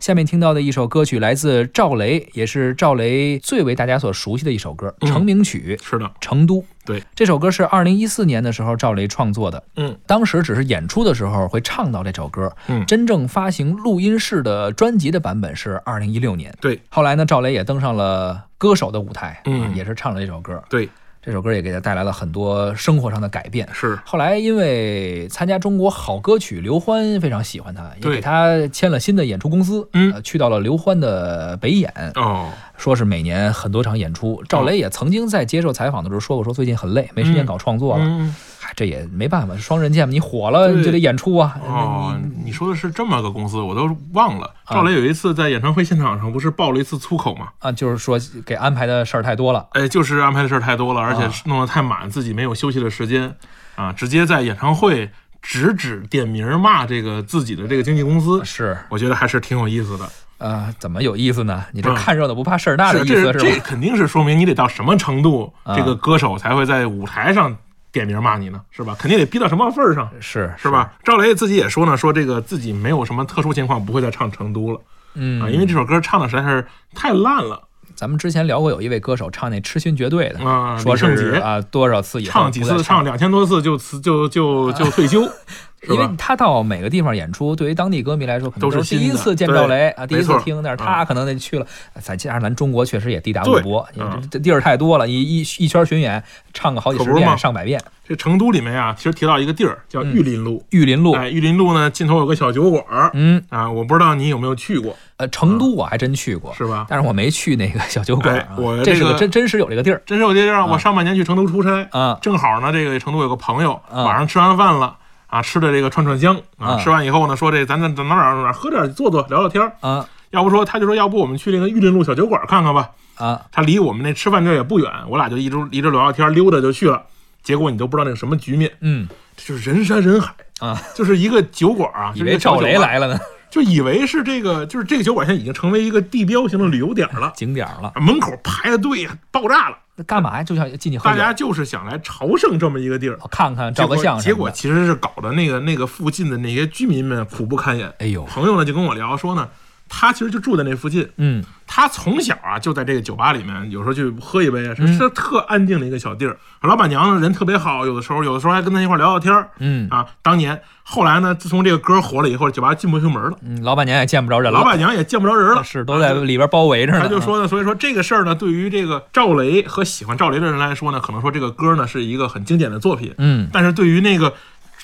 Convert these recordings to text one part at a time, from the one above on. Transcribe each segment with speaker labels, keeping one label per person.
Speaker 1: 下面听到的一首歌曲来自赵雷，也是赵雷最为大家所熟悉的一首歌，
Speaker 2: 嗯
Speaker 1: 成名曲《
Speaker 2: 是的，
Speaker 1: 成都》。
Speaker 2: 对，
Speaker 1: 这首歌是二零一四年的时候赵雷创作的，
Speaker 2: 嗯
Speaker 1: 当时只是演出的时候会唱到这首歌，
Speaker 2: 嗯，
Speaker 1: 真正发行录音室的专辑的版本是二零一六年。
Speaker 2: 对，
Speaker 1: 后来呢，赵雷也登上了歌手的舞台，
Speaker 2: 嗯
Speaker 1: 啊也是唱了这首歌。
Speaker 2: 对，
Speaker 1: 这首歌也给他带来了很多生活上的改变。
Speaker 2: 是，
Speaker 1: 后来因为参加中国好歌曲，刘欢非常喜欢他，也
Speaker 2: 对
Speaker 1: 给他签了新的演出公司，
Speaker 2: 嗯
Speaker 1: 呃去到了刘欢的北演，
Speaker 2: 哦，
Speaker 1: 说是每年很多场演出。赵雷也曾经在接受采访的时候说过，说最近很累，没时间
Speaker 2: 嗯
Speaker 1: 搞创作了。
Speaker 2: 嗯，
Speaker 1: 嗨，这也没办法，双刃剑嘛，你火了
Speaker 2: 对
Speaker 1: 你就得演出啊。
Speaker 2: 哦，你说的是这么个公司，我都忘了。
Speaker 1: 啊
Speaker 2: 赵雷有一次在演唱会现场上不是爆了一次粗口吗？
Speaker 1: 啊，就是说给安排的事儿太多了。
Speaker 2: 哎，就是安排的事儿太多了，而且
Speaker 1: 啊
Speaker 2: 弄得太满，自己没有休息的时间啊，直接在演唱会直指点名儿骂这个自己的这个经纪公司，
Speaker 1: 是，
Speaker 2: 我觉得还是挺有意思的。
Speaker 1: 呃，怎么有意思呢？你这
Speaker 2: 嗯
Speaker 1: 看热闹不怕事儿大的意
Speaker 2: 这
Speaker 1: 思
Speaker 2: 这
Speaker 1: 是吧？
Speaker 2: 肯定是说明你得到什么程度，
Speaker 1: 啊
Speaker 2: 这个歌手才会在舞台上点名骂你呢，是吧？肯定得逼到什么份儿上，
Speaker 1: 是
Speaker 2: 是？吧？赵雷自己也说呢，说这个自己没有什么特殊情况不会再唱《成都》了啊，
Speaker 1: 嗯，
Speaker 2: 因为这首歌唱的实在是太烂了
Speaker 1: 咱们之前聊过，有一位歌手唱那《痴心绝对》的，
Speaker 2: 啊，
Speaker 1: 说
Speaker 2: 李圣
Speaker 1: 是
Speaker 2: 杰。
Speaker 1: 啊多少次以后
Speaker 2: 唱几
Speaker 1: 不再
Speaker 2: 次，
Speaker 1: 唱
Speaker 2: 唱，两千多次就辞就就就 退休，是
Speaker 1: 因为
Speaker 2: 吧？
Speaker 1: 他到每个地方演出，对于当地歌迷来说，可能
Speaker 2: 都是
Speaker 1: 是第一
Speaker 2: 新的
Speaker 1: 次见
Speaker 2: 对
Speaker 1: 赵雷啊，第一次
Speaker 2: 错嗯
Speaker 1: 听，但是他可能得去了，再加上咱中国确实也地大物
Speaker 2: 对
Speaker 1: 博，因为
Speaker 2: 嗯
Speaker 1: 这地儿太多了，一一一圈巡演，唱个好几
Speaker 2: 可
Speaker 1: 十
Speaker 2: 不是
Speaker 1: 遍、
Speaker 2: 吗
Speaker 1: 上百遍。
Speaker 2: 这成都里面啊，其实提到一个地儿叫玉林路，
Speaker 1: 玉林嗯路，
Speaker 2: 哎，玉林路呢尽头有个小酒馆儿
Speaker 1: 嗯，
Speaker 2: 啊，我不知道你有没有去过，
Speaker 1: 呃，成都我还真去过，
Speaker 2: 嗯是吧？
Speaker 1: 但是我没去那个小酒馆、啊
Speaker 2: 哎我
Speaker 1: 这是
Speaker 2: 这
Speaker 1: 个
Speaker 2: 个
Speaker 1: 真真实有这个地儿
Speaker 2: 真是有这地儿啊，
Speaker 1: 啊
Speaker 2: 我上半年去成都出差，
Speaker 1: 啊，
Speaker 2: 正好呢，这个成都有个朋友
Speaker 1: 啊
Speaker 2: 晚上吃完饭了啊，吃的这个串串香
Speaker 1: 啊
Speaker 2: 啊，吃完以后呢，说这咱咱咱哪哪哪哪喝点坐坐聊聊天儿，
Speaker 1: 啊
Speaker 2: 要不说他就说要不我们去那个玉林路小酒馆看看吧，
Speaker 1: 啊
Speaker 2: 他离我们那吃饭地儿也不远，我俩就一直一直聊聊天儿溜达就去了，结果你都不知道那个什么局面，
Speaker 1: 嗯
Speaker 2: 这就是人山人海，
Speaker 1: 啊，
Speaker 2: 就是一个酒馆啊，
Speaker 1: 以
Speaker 2: 就是一
Speaker 1: 为
Speaker 2: 个小
Speaker 1: 赵
Speaker 2: 酒
Speaker 1: 雷
Speaker 2: 馆，
Speaker 1: 来了呢，，
Speaker 2: 就以为是这个，就是这个酒馆现在已经成为一个地标型的旅游点儿了
Speaker 1: 景点儿了，
Speaker 2: 啊门口排的队呀爆炸了，
Speaker 1: 那干嘛呀？就想进去喝
Speaker 2: 大
Speaker 1: 酒，
Speaker 2: 家就是想来朝圣这么一个地儿，
Speaker 1: 看看照个相什
Speaker 2: 结
Speaker 1: 么
Speaker 2: 果
Speaker 1: 的。
Speaker 2: 其实是搞得那个那个附近的那些居民们苦不堪言。
Speaker 1: 哎呦，
Speaker 2: 朋友呢就跟我聊说呢，他其实就住在那附近，
Speaker 1: 嗯
Speaker 2: 他从小啊就在这个酒吧里面，有时候去喝一杯啊，是
Speaker 1: 嗯
Speaker 2: 是特安静的一个小地儿。老板娘呢人特别好，有的时候有的时候还跟他一块儿聊聊天儿
Speaker 1: 嗯
Speaker 2: 啊。当年后来呢，自从这个歌火了以后，酒吧进不去门了，
Speaker 1: 嗯，老板娘也见不着人了，
Speaker 2: 老板娘也见不着人了，
Speaker 1: 是都在里边包围着呢。啊
Speaker 2: 他就说呢，所以说这个事儿呢，对于这个赵雷和喜欢赵雷的人来说呢，可能说这个歌呢是一个很经典的作品，
Speaker 1: 嗯，
Speaker 2: 但是对于那个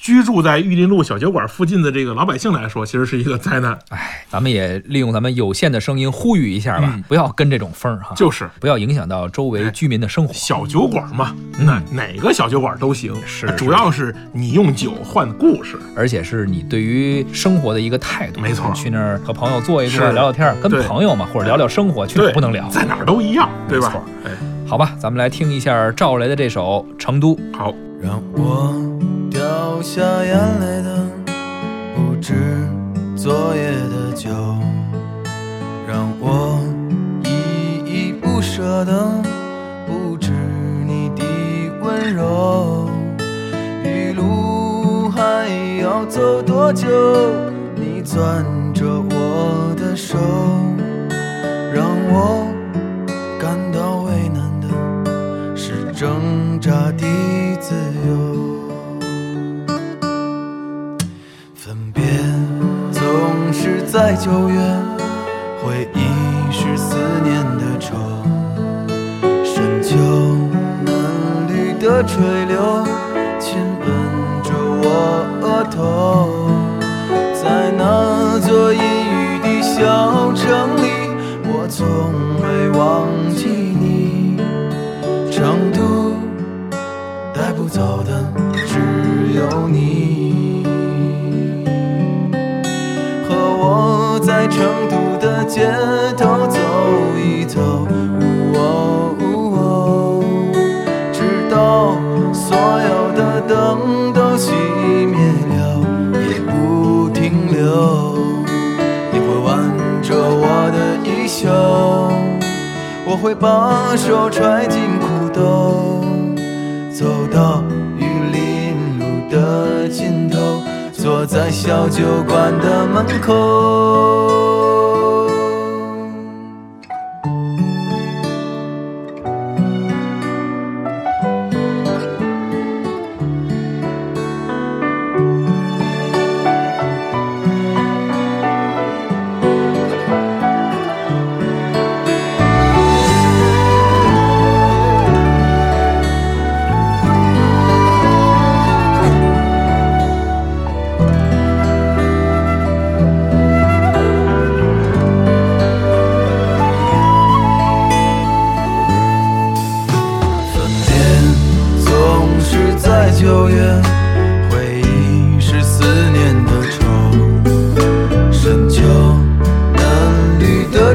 Speaker 2: 居住在玉林路小酒馆附近的这个老百姓来说，其实是一个灾难。啊
Speaker 1: 哎，咱们也利用咱们有限的声音呼吁一下吧，
Speaker 2: 嗯
Speaker 1: 不要跟这种风儿哈，
Speaker 2: 就是哎
Speaker 1: 不要影响到周围居民的生活。
Speaker 2: 小酒馆嘛，那哪个小酒馆都行，
Speaker 1: 嗯是
Speaker 2: 主要是你用酒换故事，
Speaker 1: 而且是你对于生活的一个态度。
Speaker 2: 没错
Speaker 1: 去那儿和朋友坐一坐，
Speaker 2: 是
Speaker 1: 聊聊天儿，跟
Speaker 2: 对
Speaker 1: 朋友嘛，或者聊聊生活，去哪儿
Speaker 2: 对
Speaker 1: 不能聊？
Speaker 2: 在哪儿都一样，对吧
Speaker 1: 没错？
Speaker 2: 哎，
Speaker 1: 好吧，咱们来听一下赵雷的这首《成都》。
Speaker 2: 好，
Speaker 3: 让我掉下眼泪的不止昨夜的酒，让我依依不舍的不止你的温柔。余路还要走多久？你攥着我的手，让我感到为难的。是挣扎的自由。分别总是在九月，回忆是思念的愁，深秋嫩绿的垂柳亲吻着我额头，在那座阴雨的小城里，我从未忘记你。成都带不走的只有你。和我在成都的街头走一走，呜哦呜哦，直到所有的灯都熄灭了，也不停留。你会挽着我的衣袖，我会把手揣进裤兜，走到玉林路的尽头，坐在小酒馆的门口。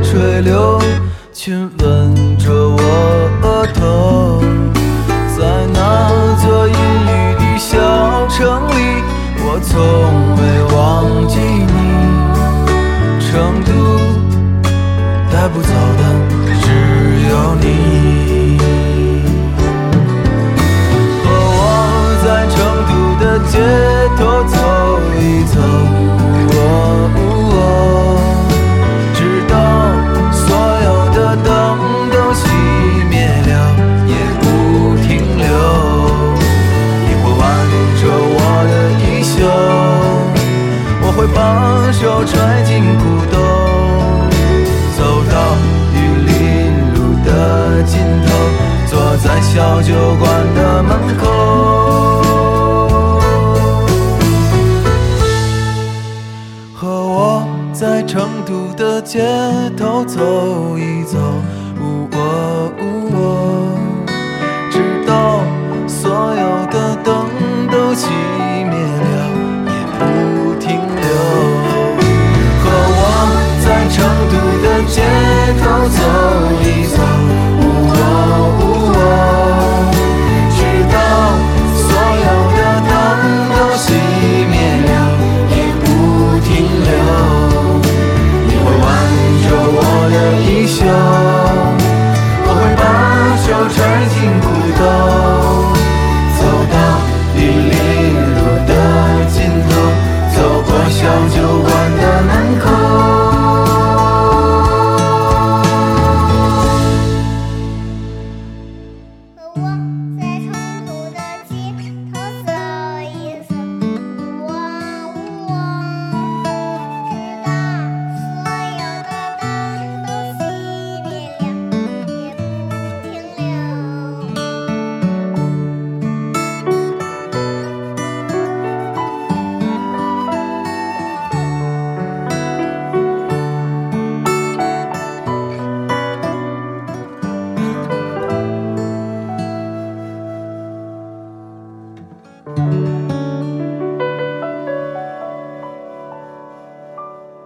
Speaker 3: 水流亲吻着我额头，在那座阴雨的小城里，我从未忘记你。成都带不走的只有你。和我在成都的街头走一走，哦哦直到所有的灯都熄灭了，也不停留。萤火挽留着我的衣袖，我会把手揣进裤兜，走到玉林路的尽头，坐在小酒馆的门口。和我在成都的街头走一走，呜哦呜哦，直到所有的灯都熄灭了，也不停留。和我在成都的街头走一走，